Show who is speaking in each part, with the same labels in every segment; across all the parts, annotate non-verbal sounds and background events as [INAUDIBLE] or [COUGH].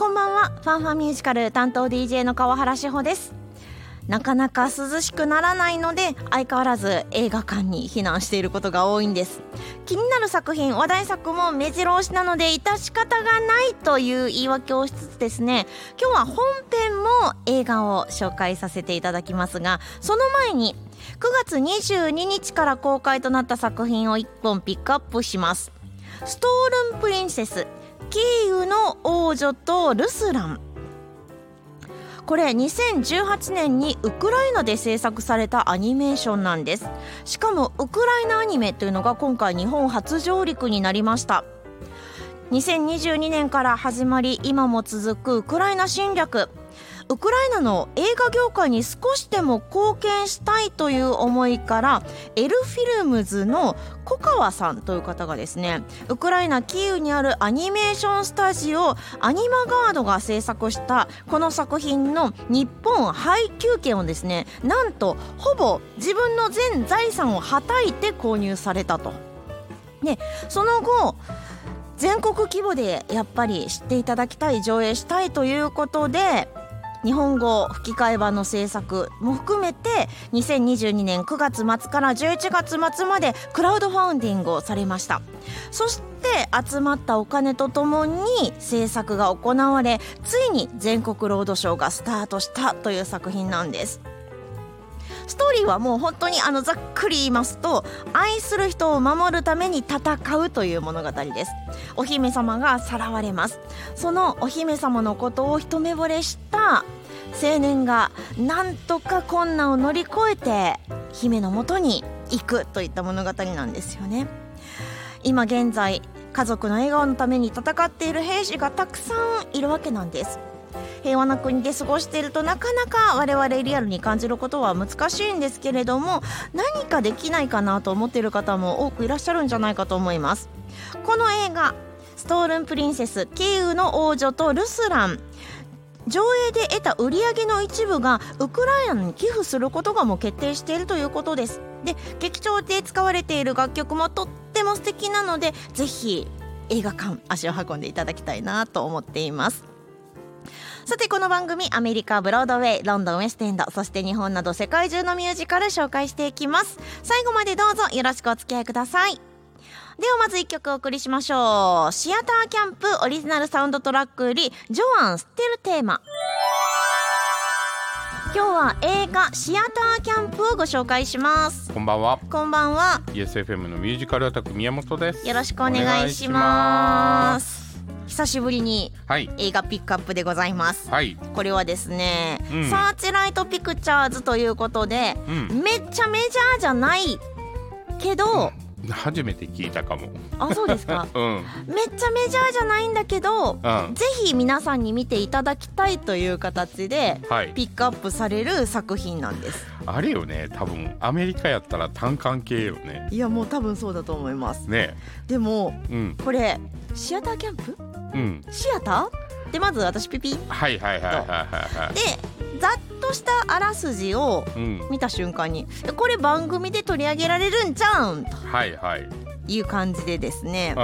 Speaker 1: ファンファミュージカル担当 DJ の川原志保ですなかなか涼しくならないので相変わらず映画館に避難していることが多いんです気になる作品話題作も目白押しなので致し方がないという言い訳をしつつですね今日は本編も映画を紹介させていただきますがその前に9月22日から公開となった作品を1本ピックアップしますストールンプリンセスキーウの王女とルスランこれ2018年にウクライナで制作されたアニメーションなんですしかもウクライナアニメというのが今回日本初上陸になりました2022年から始まり今も続くウクライナ侵略ウクライナの映画業界に少しでも貢献したいという思いからエルフィルムズの小川さんという方がですねウクライナ・キーウにあるアニメーションスタジオアニマガードが制作したこの作品の日本配給権をですねなんとほぼ自分の全財産をはたいて購入されたと。でその後全国規模でやっぱり知っていただきたい上映したいということで日本語吹き替え版の制作も含めて2022年9月末から11月末までクラウドファウンディングをされましたそして集まったお金とともに制作が行われついに全国ロードショーがスタートしたという作品なんですストーリーはもう本当にあのざっくり言いますと愛する人を守るために戦うという物語ですお姫様がさらわれますそのお姫様のことを一目惚れした青年がなんとか困難を乗り越えて姫のもとに行くといった物語なんですよね今現在家族の笑顔のために戦っている兵士がたくさんいるわけなんです平和な国で過ごしているとなかなか我々リアルに感じることは難しいんですけれども何かできないかなと思っている方も多くいらっしゃるんじゃないかと思いますこの映画「ストールンプリンセスキーウの王女とルスラン」上映で得た売り上げの一部がウクライナに寄付することがもう決定しているということですで劇場で使われている楽曲もとっても素敵なのでぜひ映画館足を運んでいただきたいなと思っていますさてこの番組アメリカブロードウェイロンドンウェストエンドそして日本など世界中のミュージカル紹介していきます最後までどうぞよろしくお付き合いくださいではまず1曲お送りしましょうシアターキャンプオリジナルサウンドトラックよりジョアン・ステルテーマ今日は映画シアターキャンプをご紹介します
Speaker 2: こんばんは。
Speaker 1: こんばんは
Speaker 2: ESFM のミュージカルアタック宮本です。。
Speaker 1: よろしくお願いしますす久しぶりに
Speaker 2: はい。
Speaker 1: 映画ピックアップでございます
Speaker 2: はい。
Speaker 1: これはですね、
Speaker 2: うん
Speaker 1: サーチライトピクチャーズということで、
Speaker 2: うん。
Speaker 1: めっちゃメジャーじゃないけど、
Speaker 2: 初めて聞いたかも。
Speaker 1: あそうです [LAUGHS] か
Speaker 2: うん。
Speaker 1: めっちゃメジャーじゃないんだけど
Speaker 2: うん。
Speaker 1: ぜひ皆さんに見ていただきたいという形で
Speaker 2: はい。
Speaker 1: ピックアップされる作品なんです
Speaker 2: あれよね。多分アメリカやったら単管系よね。
Speaker 1: いやもう多分そうだと思います
Speaker 2: ね。
Speaker 1: でも
Speaker 2: うん。
Speaker 1: これシアターキャンプ
Speaker 2: うん。
Speaker 1: シアターでまず私ピピで
Speaker 2: はいはいはいはいはいはい。
Speaker 1: ざっとしたあらすじを
Speaker 2: うん。
Speaker 1: 見た瞬間にえこれ番組で取り上げられるんじゃうんと
Speaker 2: はいはい。うん。
Speaker 1: いう感じでですね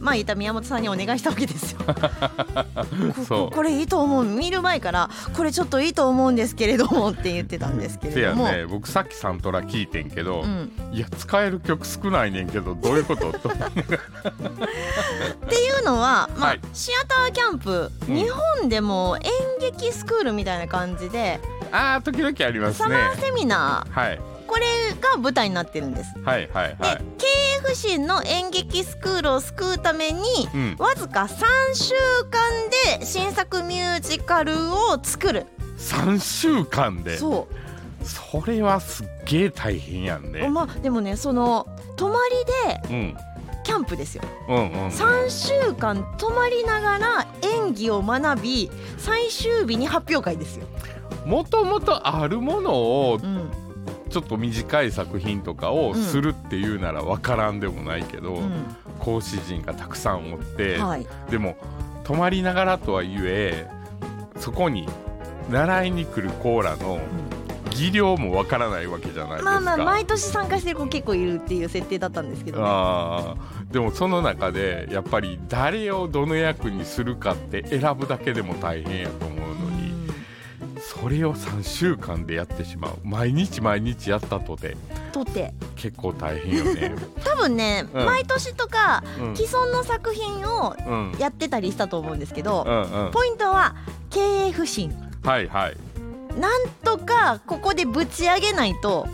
Speaker 1: まあ言った宮本さんにお願いしたわけですよこ
Speaker 2: そう
Speaker 1: ここれいいと思う見る前からこれちょっといいと思うんですけれどもって言ってたんですけ
Speaker 2: せ
Speaker 1: れ
Speaker 2: や
Speaker 1: ども、
Speaker 2: ね。僕さっきサントラ聞いてんけど
Speaker 1: う、ん、
Speaker 2: いや使える曲少ないねんけどどういうこと
Speaker 1: [LAUGHS]
Speaker 2: と。
Speaker 1: っていうのは、まあ
Speaker 2: はい
Speaker 1: シアターキャンプ、
Speaker 2: うん
Speaker 1: 日本でも演劇スクールみたいな感じで、
Speaker 2: ああ時々あります
Speaker 1: サ
Speaker 2: ね。
Speaker 1: マーセミナ
Speaker 2: はい
Speaker 1: ーこれが舞台になってるんです。
Speaker 2: はいはい
Speaker 1: で、
Speaker 2: はい。
Speaker 1: KFC の演劇スクールを救うために
Speaker 2: うん。
Speaker 1: わずか3週間で新作ミュージカルを作る
Speaker 2: 3週間でそ
Speaker 1: そう
Speaker 2: れはすっげえ大変やんね、
Speaker 1: まあでもねその泊まりで
Speaker 2: うん、
Speaker 1: キャンプですよ
Speaker 2: うんうん
Speaker 1: 3週間泊まりながら演技を学び最終日に発表会ですよ、
Speaker 2: もともとあるものを
Speaker 1: うん
Speaker 2: ちょっと短い作品とかをするっていうならわからんでもないけど、
Speaker 1: うん
Speaker 2: 講師陣がたくさんおって、
Speaker 1: はい、
Speaker 2: でも泊まりながらとはいえそこに習いに来るコーラの技量もわからないわけじゃないですか。
Speaker 1: まあまあ毎年参加してる子結構いるっていう設定だったんですけどね、
Speaker 2: あーでもその中でやっぱり誰をどの役にするかって選ぶだけでも大変やと思うのにそれを3週間でやってしまう毎日毎日やったとて
Speaker 1: とて
Speaker 2: 結構大変
Speaker 1: [LAUGHS]
Speaker 2: よね。
Speaker 1: 多分ね、
Speaker 2: うん
Speaker 1: 毎年とか
Speaker 2: うん
Speaker 1: 既存の作品を
Speaker 2: うん
Speaker 1: やってたりしたと思うんですけど、
Speaker 2: うんうん、
Speaker 1: ポイントは経営不振
Speaker 2: はいはい
Speaker 1: なんとかここでぶち上げないと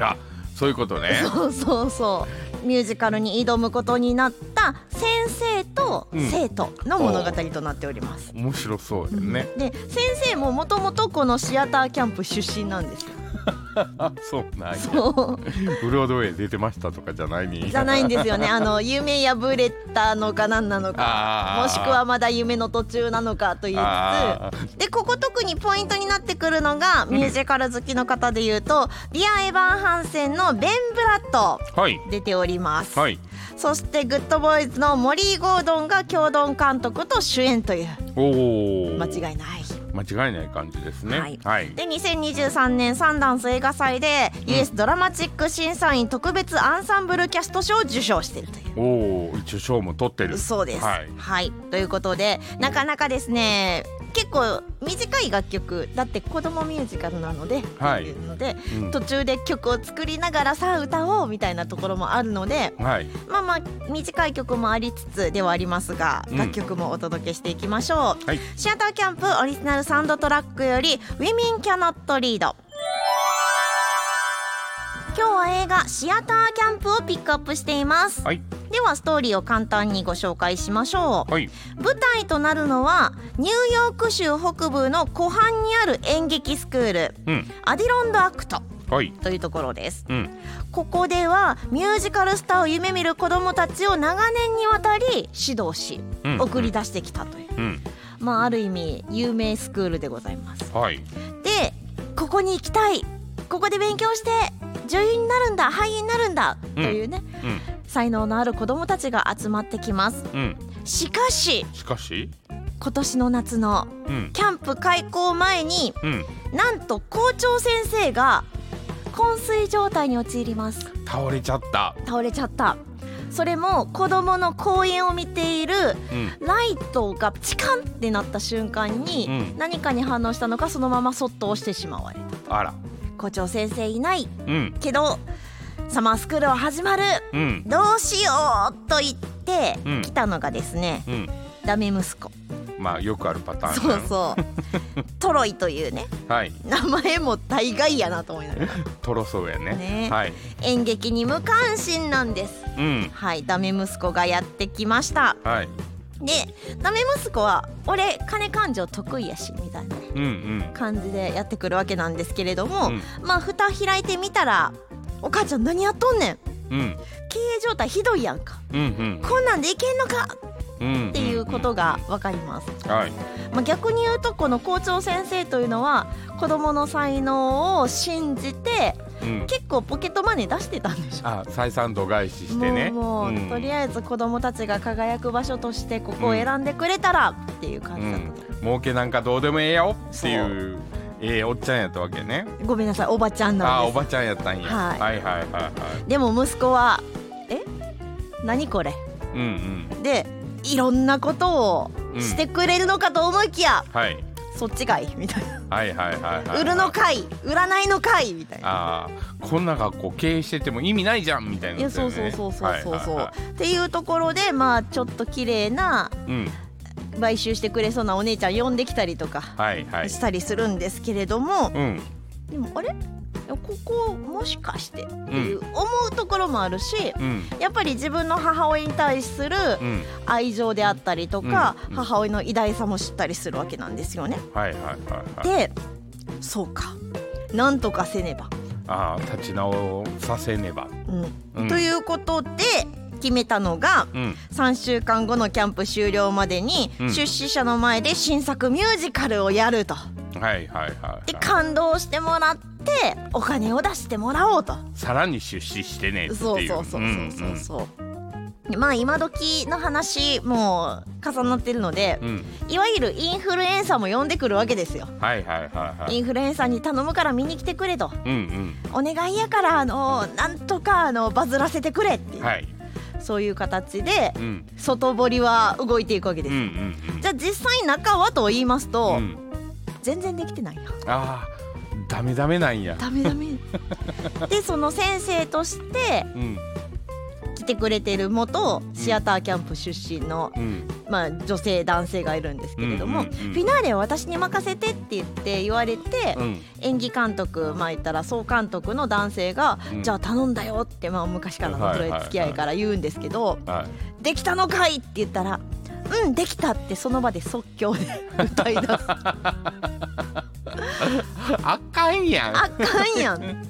Speaker 2: あそういうこと [LAUGHS] ね。
Speaker 1: そうそうそうミュージカルに挑むことになった先生と
Speaker 2: うん
Speaker 1: 生徒の物語となっております。
Speaker 2: 面白そうだよね。
Speaker 1: で先生ももともとこのシアターキャンプ出身なんですよ
Speaker 2: あそうなんや
Speaker 1: そ
Speaker 2: ブロードウェイ出てましたとかじゃないに
Speaker 1: うじゃないんです
Speaker 2: [LAUGHS]
Speaker 1: よねあの夢破れたのか何なのか
Speaker 2: あー
Speaker 1: もしくはまだ夢の途中なのかと言い
Speaker 2: あ
Speaker 1: つつでここ特にポイントになってくるのがミュージカル好きの方で言うとディア・エヴァン・ハンセンのベン・ブラッド
Speaker 2: ーはい
Speaker 1: 出ております、
Speaker 2: はい
Speaker 1: そしてグッドボーイズのモリー・ゴードンが共同監督と主演という
Speaker 2: おお
Speaker 1: 間違いない。
Speaker 2: 間違いない感じですね
Speaker 1: はい
Speaker 2: はい、
Speaker 1: で2023年サンダンス映画祭で、US ドラマチック審査員特別アンサンブルキャスト賞を受賞しているという。
Speaker 2: おお一応賞も取ってる
Speaker 1: そうです、は
Speaker 2: はいい、
Speaker 1: ということでなかなかですね結構短い楽曲だって子供ミュージカルなので,、
Speaker 2: はい
Speaker 1: っていうので
Speaker 2: うん
Speaker 1: 途中で曲を作りながらさあ歌おうみたいなところもあるので
Speaker 2: はい
Speaker 1: まあまあ短い曲もありつつではありますが
Speaker 2: うん
Speaker 1: 楽曲もお届けしていきましょう、
Speaker 2: はい
Speaker 1: シアターキャンプオリジナルサウンドトラックより「Women Cannot Read」今日は映画「シアターキャンプ」をピックアップしています、
Speaker 2: はい
Speaker 1: ではストーリーを簡単にご紹介しましょう、
Speaker 2: はい
Speaker 1: 舞台となるのはニューヨーク州北部の湖畔にある演劇スクール
Speaker 2: うん
Speaker 1: アディロンドアクト
Speaker 2: はい
Speaker 1: というところです
Speaker 2: うん
Speaker 1: ここではミュージカルスターを夢見る子どもたちを長年にわたり指導し
Speaker 2: うん
Speaker 1: 送り出してきたという、
Speaker 2: うん
Speaker 1: まあ、ある意味有名スクールでございます。
Speaker 2: はい
Speaker 1: でここに行きたいここで勉強して女優になるんだ俳優になるんだというね、
Speaker 2: うん
Speaker 1: 才能のある子どもたちが集まってきます。
Speaker 2: うん
Speaker 1: しかし
Speaker 2: しかし
Speaker 1: 今年の夏の
Speaker 2: うん
Speaker 1: キャンプ開校前に
Speaker 2: うん
Speaker 1: なんと校長先生が昏睡状態に陥ります。
Speaker 2: 倒れちゃった
Speaker 1: 倒れちゃったそれも子どもの公園を見ている
Speaker 2: うん
Speaker 1: ライトがチカンってなった瞬間に、
Speaker 2: うん
Speaker 1: 何かに反応したのかそのままそっと押してしまわれた
Speaker 2: あら
Speaker 1: 校長先生いない
Speaker 2: うん
Speaker 1: けどサマースクールは始まる
Speaker 2: うん
Speaker 1: どうしようと言って
Speaker 2: うん
Speaker 1: 来たのがですね、
Speaker 2: うん
Speaker 1: ダメ息子
Speaker 2: まあよくあるパターン
Speaker 1: そう
Speaker 2: う
Speaker 1: そうトロイというね
Speaker 2: はい
Speaker 1: 名前も大概やなと思いながら
Speaker 2: とろそうやね
Speaker 1: ね
Speaker 2: はい
Speaker 1: 演劇に無関心なんです
Speaker 2: うん
Speaker 1: はいダメ息子がやってきました
Speaker 2: はい
Speaker 1: でダメ息子は「俺金勘定得意やし」みたいなね
Speaker 2: うんうん
Speaker 1: 感じでやってくるわけなんですけれども、
Speaker 2: うん
Speaker 1: まあ蓋開いてみたら「お母ちゃん何やっとんねん
Speaker 2: うん
Speaker 1: 経営状態ひどいやんか
Speaker 2: うん
Speaker 1: こんなんでいけんのか!」
Speaker 2: うんうん
Speaker 1: っていうことがわかります。
Speaker 2: はい
Speaker 1: まあ、逆に言うとこの校長先生というのは子どもの才能を信じて
Speaker 2: うん
Speaker 1: 結構ポケットマネー出してたんでしょ
Speaker 2: あ採算度外視してね
Speaker 1: もうもう、
Speaker 2: ん
Speaker 1: とりあえず子どもたちが輝く場所としてここを選んでくれたらっていう感じだった、
Speaker 2: うん、儲けなんかどうでもええよっていうええおっちゃんやったわけね
Speaker 1: ごめんなさいおばちゃん
Speaker 2: あ
Speaker 1: な
Speaker 2: あ
Speaker 1: ん
Speaker 2: お
Speaker 1: です
Speaker 2: ばちゃんやったんや、
Speaker 1: はい
Speaker 2: はい、はいはいはい
Speaker 1: でも息子はえ何これ
Speaker 2: うんうん
Speaker 1: でいろんなことをしてくれるのかと思いきや、
Speaker 2: はい
Speaker 1: そっちかいみたいな、
Speaker 2: はいはいはいはい
Speaker 1: 売るのかい売らないのかいみたいな
Speaker 2: ああこんな学校経営してても意味ないじゃんみたい
Speaker 1: い
Speaker 2: な
Speaker 1: や
Speaker 2: やつだ
Speaker 1: そ
Speaker 2: よ
Speaker 1: う
Speaker 2: ね、
Speaker 1: そうそうそうそうそう、
Speaker 2: はいはいは
Speaker 1: っていうところでまあちょっと綺麗ない
Speaker 2: うん
Speaker 1: 買収してくれそうなお姉ちゃん呼んできたりとか
Speaker 2: はいはい
Speaker 1: したりするんですけれども、
Speaker 2: うん
Speaker 1: でもあれここもしかしてっていう思うところもあるし、
Speaker 2: うん
Speaker 1: やっぱり自分の母親に対する
Speaker 2: うん
Speaker 1: 愛情であったりとか、
Speaker 2: うんうん
Speaker 1: 母親の偉大さも知ったりするわけなんですよね。
Speaker 2: はいはいはいはい
Speaker 1: でそうかなんとかせねば、
Speaker 2: ああ立ち直させねば
Speaker 1: うん
Speaker 2: うん
Speaker 1: ということで決めたのが
Speaker 2: うん
Speaker 1: 3週間後のキャンプ終了までに
Speaker 2: うん
Speaker 1: 出資者の前で新作ミュージカルをやると。
Speaker 2: はいはいはいは
Speaker 1: で
Speaker 2: い
Speaker 1: 感動してもらってお金を出してもらおうと。
Speaker 2: さらに出資してねっていう
Speaker 1: そうそうそうそうそうそう。でまあ今時の話もう重なってるので
Speaker 2: うん、うん
Speaker 1: いわゆるインフルエンサーも呼んでくるわけですよ。
Speaker 2: うんはいはいはいは
Speaker 1: イ
Speaker 2: い
Speaker 1: ンフルエンサーに頼むから見に来てくれと
Speaker 2: うん
Speaker 1: お願いやからあのなんとかあのバズらせてくれってい
Speaker 2: うん
Speaker 1: う、
Speaker 2: はい
Speaker 1: そういう形で
Speaker 2: うん
Speaker 1: 外堀は動いていくわけ
Speaker 2: う
Speaker 1: で
Speaker 2: んう
Speaker 1: す、
Speaker 2: んうん
Speaker 1: じゃあ実際中はと言いますと、
Speaker 2: うん
Speaker 1: 全然できてないや
Speaker 2: あーダメダメなんや
Speaker 1: ダメダメでその先生として
Speaker 2: うん
Speaker 1: 来てくれてる元シアターキャンプ出身の、
Speaker 2: うん
Speaker 1: まあ、女性男性がいるんですけれども、
Speaker 2: うんうんうん
Speaker 1: フィナーレは私に任せてって言って言われて、
Speaker 2: うん
Speaker 1: 演技監督まあ言ったら総監督の男性が、
Speaker 2: うん
Speaker 1: じゃあ頼んだよって、まあ、昔からの
Speaker 2: はい
Speaker 1: 付き合いから言うんですけど、
Speaker 2: はい
Speaker 1: できたのかいって言ったらうんできたってその場で即興で [LAUGHS] 歌い出すあ
Speaker 2: あかんやん
Speaker 1: かんやん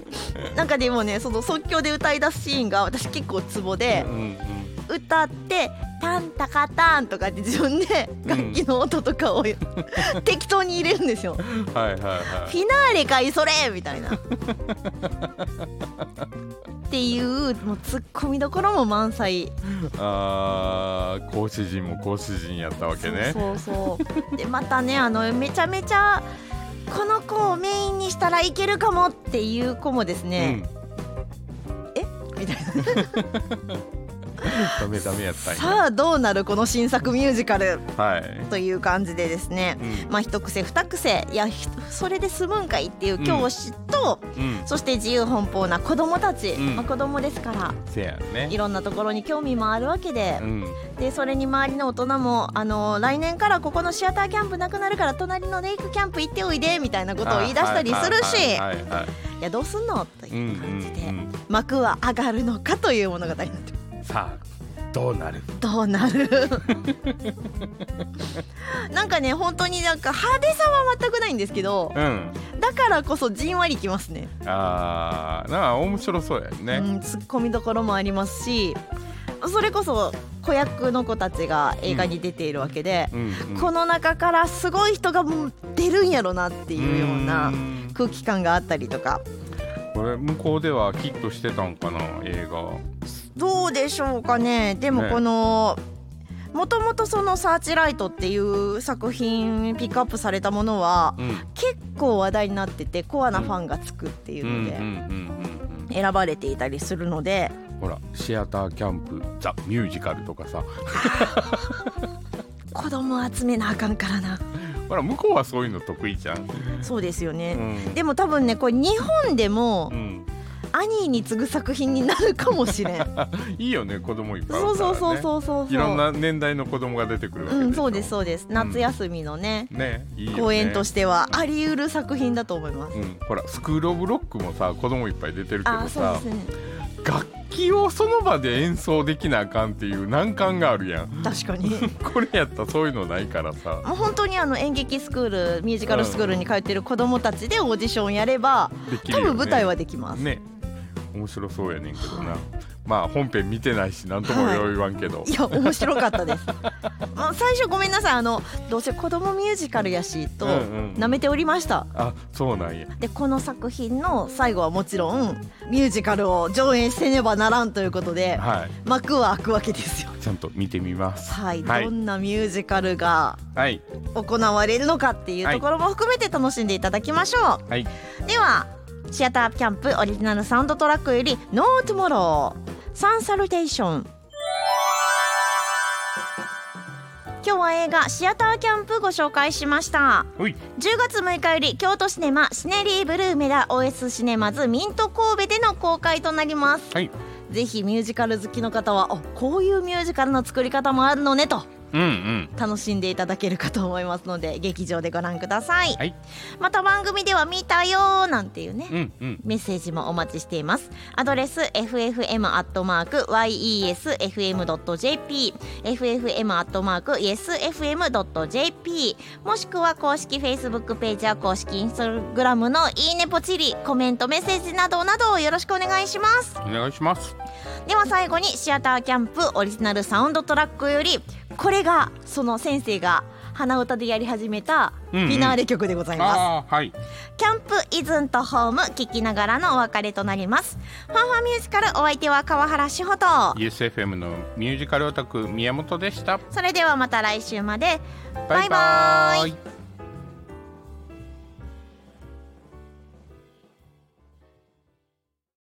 Speaker 1: なんかでもねその即興で歌い出すシーンが私結構ツボで
Speaker 2: う、んうん
Speaker 1: 歌って「タンタカタン」とかって自分で楽器の音と
Speaker 2: [LAUGHS]
Speaker 1: かを適当に入れるんですよ。フ
Speaker 2: はいはいはい
Speaker 1: ィナーレかいそれみたい
Speaker 2: [LAUGHS]
Speaker 1: な。っていうもうツッコミどころも満載
Speaker 2: あー講師陣も講師陣やったわけね
Speaker 1: そうそうそうでまたねあのめちゃめちゃこの子をメインにしたらいけるかもっていう子もです
Speaker 2: う
Speaker 1: ね、
Speaker 2: ん
Speaker 1: みたい
Speaker 2: ダメダメやった
Speaker 1: なん
Speaker 2: や
Speaker 1: さあどうなるこの新作ミュージカル
Speaker 2: はい
Speaker 1: という感じでですね
Speaker 2: うん
Speaker 1: まあ一癖二癖いやひそれで済むんかいっていう教師と、
Speaker 2: うん
Speaker 1: そして自由奔放な子供たち、
Speaker 2: うん
Speaker 1: まあ、子供ですから
Speaker 2: せや
Speaker 1: い
Speaker 2: ね
Speaker 1: ろんなところに興味もあるわけで
Speaker 2: う、ん
Speaker 1: でそれに周りの大人もあの来年からここのシアターキャンプなくなるから隣のレイクキャンプ行っておいでみたいなことを言い出したりするしい
Speaker 2: はいはいはいはい
Speaker 1: やどうすんのと
Speaker 2: うん
Speaker 1: いう感じで、
Speaker 2: うん
Speaker 1: 幕は上がるのかという物語になってます
Speaker 2: うんさあどうなる
Speaker 1: どうなる [LAUGHS] なんかね本当になんか派手さは全くないんですけど
Speaker 2: うん
Speaker 1: だからこそじんわりきますね
Speaker 2: あーなんか面白そうやね、
Speaker 1: うん、ツッコミどころもありますしそれこそ子役の子たちが映画に出ているわけで、
Speaker 2: うんうん
Speaker 1: この中からすごい人がもう出るんやろなっていうようなん空気感があったりとか
Speaker 2: これ向こうではキットしてたんかな映画
Speaker 1: どうでしょうかねでも
Speaker 2: ね
Speaker 1: この、もともとその「サーチライト」っていう作品ピックアップされたものは
Speaker 2: うん
Speaker 1: 結構話題になっててコアなファンがつくっていう
Speaker 2: うんう
Speaker 1: の
Speaker 2: んうん
Speaker 1: で
Speaker 2: うん
Speaker 1: 選ばれていたりするので
Speaker 2: うんほらシアターキャンプザミュージカルとかさ
Speaker 1: 子供集めなあかんからな
Speaker 2: ほら向こうはそういうの得意じゃん、
Speaker 1: そうですよね。
Speaker 2: うん
Speaker 1: でも多分ねこれ日本でも
Speaker 2: うん、
Speaker 1: アニーに次ぐ作品になるかも
Speaker 2: [LAUGHS]
Speaker 1: しれん、
Speaker 2: いいよね子供いっぱいお
Speaker 1: そう
Speaker 2: るか
Speaker 1: そ
Speaker 2: ら、
Speaker 1: う
Speaker 2: ね、
Speaker 1: そうそうそうそう
Speaker 2: いろんな年代の子供が出てくるわけでしょ、
Speaker 1: うんそうです
Speaker 2: う
Speaker 1: そうです夏休みのね、
Speaker 2: ねいいよね
Speaker 1: 公演と
Speaker 2: し
Speaker 1: し
Speaker 2: て、
Speaker 1: てはあり得る作品だと思います、
Speaker 2: うん、ほらスクール・オブ・ロックもさ子供いっぱい出てるけ
Speaker 1: あ
Speaker 2: ど
Speaker 1: あそう
Speaker 2: さ
Speaker 1: ですね
Speaker 2: 楽器をその場で演奏できなあかんっていう難関があるや
Speaker 1: [LAUGHS]
Speaker 2: ん
Speaker 1: 確
Speaker 2: [LAUGHS]
Speaker 1: かに
Speaker 2: これやったらそういうのないからさ
Speaker 1: もう本当にあの演劇スクールミュージカルスクールに通ってる子供たちでオーディションやれば
Speaker 2: できる
Speaker 1: 多
Speaker 2: よ、ね、
Speaker 1: 分舞台はできます、
Speaker 2: ね面白そうやねんけどなまあ本編見てないし何ともよう言わんけど、
Speaker 1: いや面白かったです
Speaker 2: [LAUGHS]
Speaker 1: まあ最初ごめんなさいあのどうせ子供ミュージカルやしと
Speaker 2: うんうん
Speaker 1: 舐めておりました、
Speaker 2: あそうなんや
Speaker 1: でこの作品の最後はもちろんミュージカルを上演せねばならんということで
Speaker 2: はい
Speaker 1: 幕は開くわけですよ。
Speaker 2: ちゃんと見てみます
Speaker 1: はい、
Speaker 2: はい
Speaker 1: どんなミュージカルが
Speaker 2: はい
Speaker 1: 行われるのかっていうところも含めて楽しんでいただきましょう、
Speaker 2: はい
Speaker 1: ではシアターキャンプオリジナルサウンドトラックより「ノートゥモローサンサルテーション」今日は映画「シアターキャンプ」ご紹介しました。
Speaker 2: ほい
Speaker 1: 10月6日より京都シネマシネリーブルーメダ OS シネマズミント神戸での公開となります
Speaker 2: はい
Speaker 1: ぜひミュージカル好きの方はあこういうミュージカルの作り方もあるのねと
Speaker 2: うんうん
Speaker 1: 楽しんでいただけるかと思いますので劇場でご覧ください、
Speaker 2: はい
Speaker 1: また番組では見たよーなんていうね、
Speaker 2: うんうん
Speaker 1: メッセージもお待ちしています。アドレス ffm.yesfm.jp ffm.yesfm.jp もしくは公式 Facebook ページや公式 Instagram のいいねポチリ、コメント、メッセージなどなどをよろしくお願いします。
Speaker 2: お願いします
Speaker 1: では最後にシアターキャンプオリジナルサウンドトラックよりこれがその先生が鼻歌でやり始めたフィナーレ曲でございます。
Speaker 2: ああはい
Speaker 1: キャンプイズンとホーム聞きながらのお別れとなりますファンファミュージカルお相手は川原志穂と
Speaker 2: USFM のミュージカルオタク宮本でした
Speaker 1: それではまた来週まで
Speaker 2: バイバ
Speaker 1: バイバーイ
Speaker 2: イ